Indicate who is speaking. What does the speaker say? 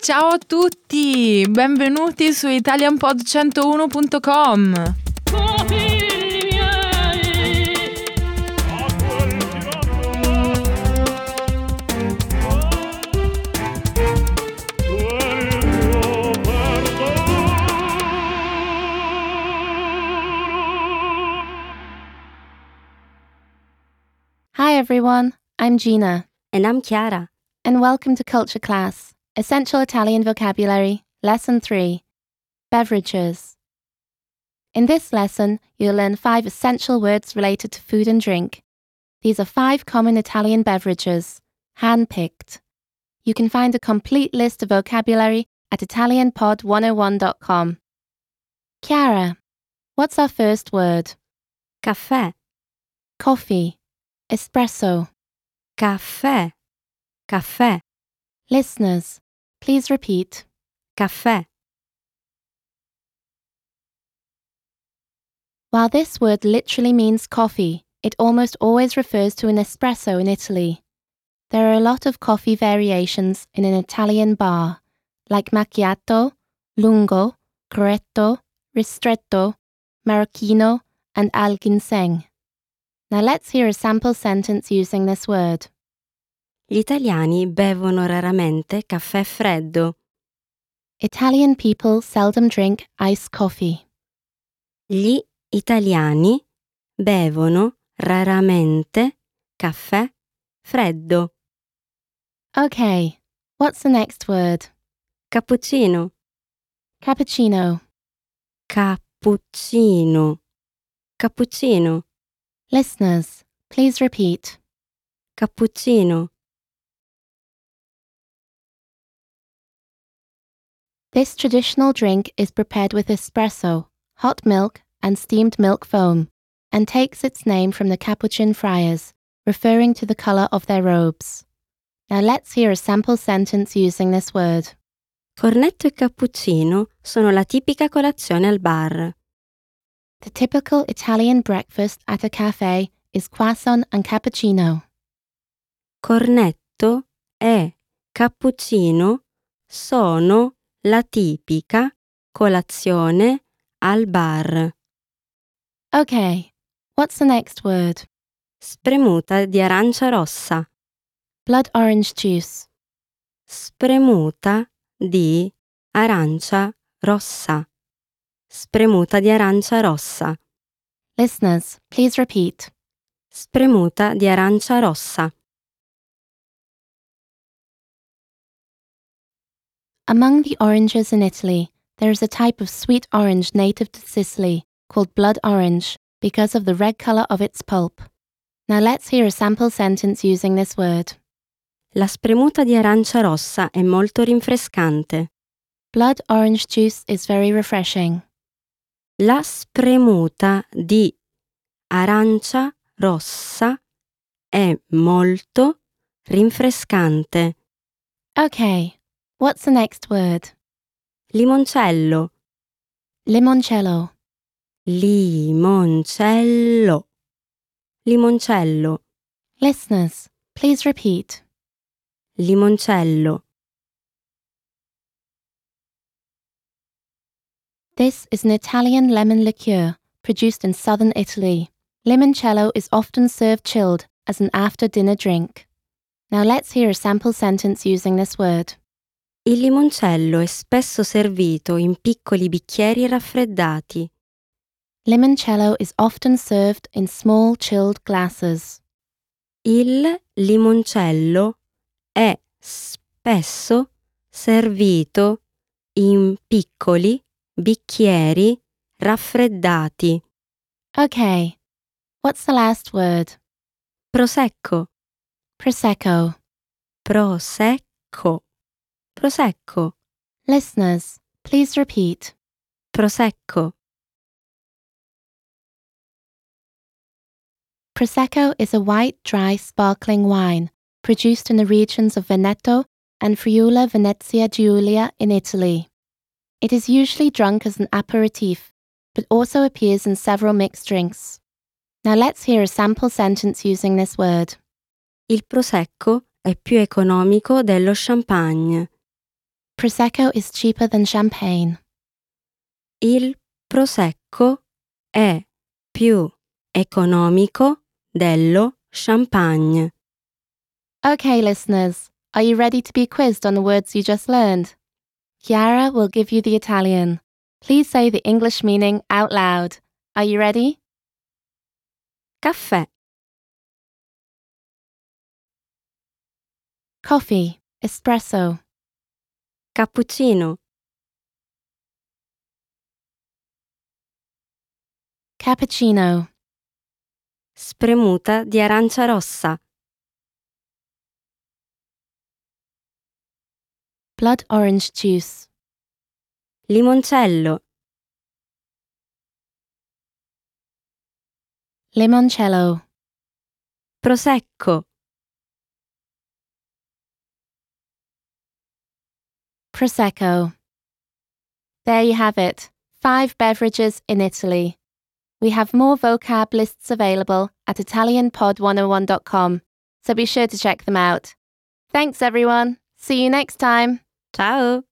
Speaker 1: Ciao a tutti, benvenuti su italianpod101.com.
Speaker 2: Consigli miei, quel mio perdono.
Speaker 3: Hi everyone, I'm Gina,
Speaker 4: And I'm Chiara.
Speaker 3: and welcome to Culture Class Essential Italian Vocabulary, Lesson 3 Beverages. In this lesson, you'll learn five essential words related to food and drink. These are five common Italian beverages, handpicked. You can find a complete list of vocabulary at ItalianPod101.com. Chiara, what's our first word?
Speaker 4: Caffè,
Speaker 3: Coffee, espresso.
Speaker 4: caffè, caffè,
Speaker 3: Listeners, please repeat.
Speaker 4: caffè,
Speaker 3: While this word literally means coffee, it almost always refers to an espresso in Italy. There are a lot of coffee variations in an Italian bar, like macchiato, lungo, corretto, ristretto, marocchino, and al ginseng. Now let's hear a sample sentence using this word.
Speaker 4: Gli italiani bevono raramente caffè freddo.
Speaker 3: Italian people seldom drink iced coffee.
Speaker 4: Gli italiani bevono raramente caffè freddo.
Speaker 3: Okay, what's the next word?
Speaker 4: Cappuccino,
Speaker 3: Cappuccino.
Speaker 4: cappuccino, cappuccino,
Speaker 3: Listeners, please repeat.
Speaker 4: cappuccino,
Speaker 3: This traditional drink is prepared with espresso, hot milk, and steamed milk foam, and takes its name from the Capuchin friars, referring to the color of their robes. Now let's hear a sample sentence using this word.
Speaker 4: cornetto e cappuccino sono la tipica colazione al bar.
Speaker 3: The typical Italian breakfast at a cafe is croissant and cappuccino.
Speaker 4: cornetto e cappuccino sono la tipica colazione al bar.
Speaker 3: Okay, what's the next word?
Speaker 4: Spremuta di arancia rossa.
Speaker 3: Blood orange juice.
Speaker 4: Spremuta di arancia rossa. Spremuta di arancia rossa.
Speaker 3: Listeners, please repeat.
Speaker 4: Spremuta di arancia rossa.
Speaker 3: Among the oranges in Italy, there is a type of sweet orange native to Sicily called blood orange because of the red color of its pulp. Now let's hear a sample sentence using this word.
Speaker 4: La spremuta di arancia rossa è molto rinfrescante.
Speaker 3: Blood orange juice is very refreshing.
Speaker 4: La spremuta di arancia rossa è molto rinfrescante.
Speaker 3: Okay, what's the next word?
Speaker 4: Limoncello,
Speaker 3: Limoncello.
Speaker 4: limoncello, limoncello,
Speaker 3: Listeners, please repeat.
Speaker 4: limoncello.
Speaker 3: This is an Italian lemon liqueur produced in southern Italy. Limoncello is often served chilled as an after dinner drink. Now let's hear a sample sentence using this word.
Speaker 4: Il limoncello è spesso servito in piccoli bicchieri raffreddati.
Speaker 3: Limoncello is often served in small chilled glasses.
Speaker 4: Il limoncello è spesso servito in piccoli bicchieri raffreddati.
Speaker 3: Okay. What's the last word?
Speaker 4: Prosecco,
Speaker 3: Prosecco.
Speaker 4: prosecco, prosecco,
Speaker 3: Listeners, please repeat.
Speaker 4: prosecco.
Speaker 3: Prosecco is a white, dry, sparkling wine produced in the regions of Veneto and Friuli Venezia Giulia in Italy. It is usually drunk as an aperitif, but also appears in several mixed drinks. Now let's hear a sample sentence using this word.
Speaker 4: Il prosecco è più economico dello champagne.
Speaker 3: Prosecco is cheaper than champagne.
Speaker 4: Il prosecco è più economico dello champagne.
Speaker 3: Okay, listeners, are you ready to be quizzed on the words you just learned? Chiara will give you the Italian. Please say the English meaning out loud. Are you ready?
Speaker 4: Caffè,
Speaker 3: Coffee, espresso,
Speaker 4: cappuccino,
Speaker 3: cappuccino,
Speaker 4: spremuta di arancia rossa,
Speaker 3: blood orange juice,
Speaker 4: limoncello,
Speaker 3: limoncello,
Speaker 4: prosecco,
Speaker 3: prosecco. There you have it. Five beverages in Italy. We have more vocab lists available at italianpod101.com, so be sure to check them out. Thanks everyone. See you next time.
Speaker 4: ciao!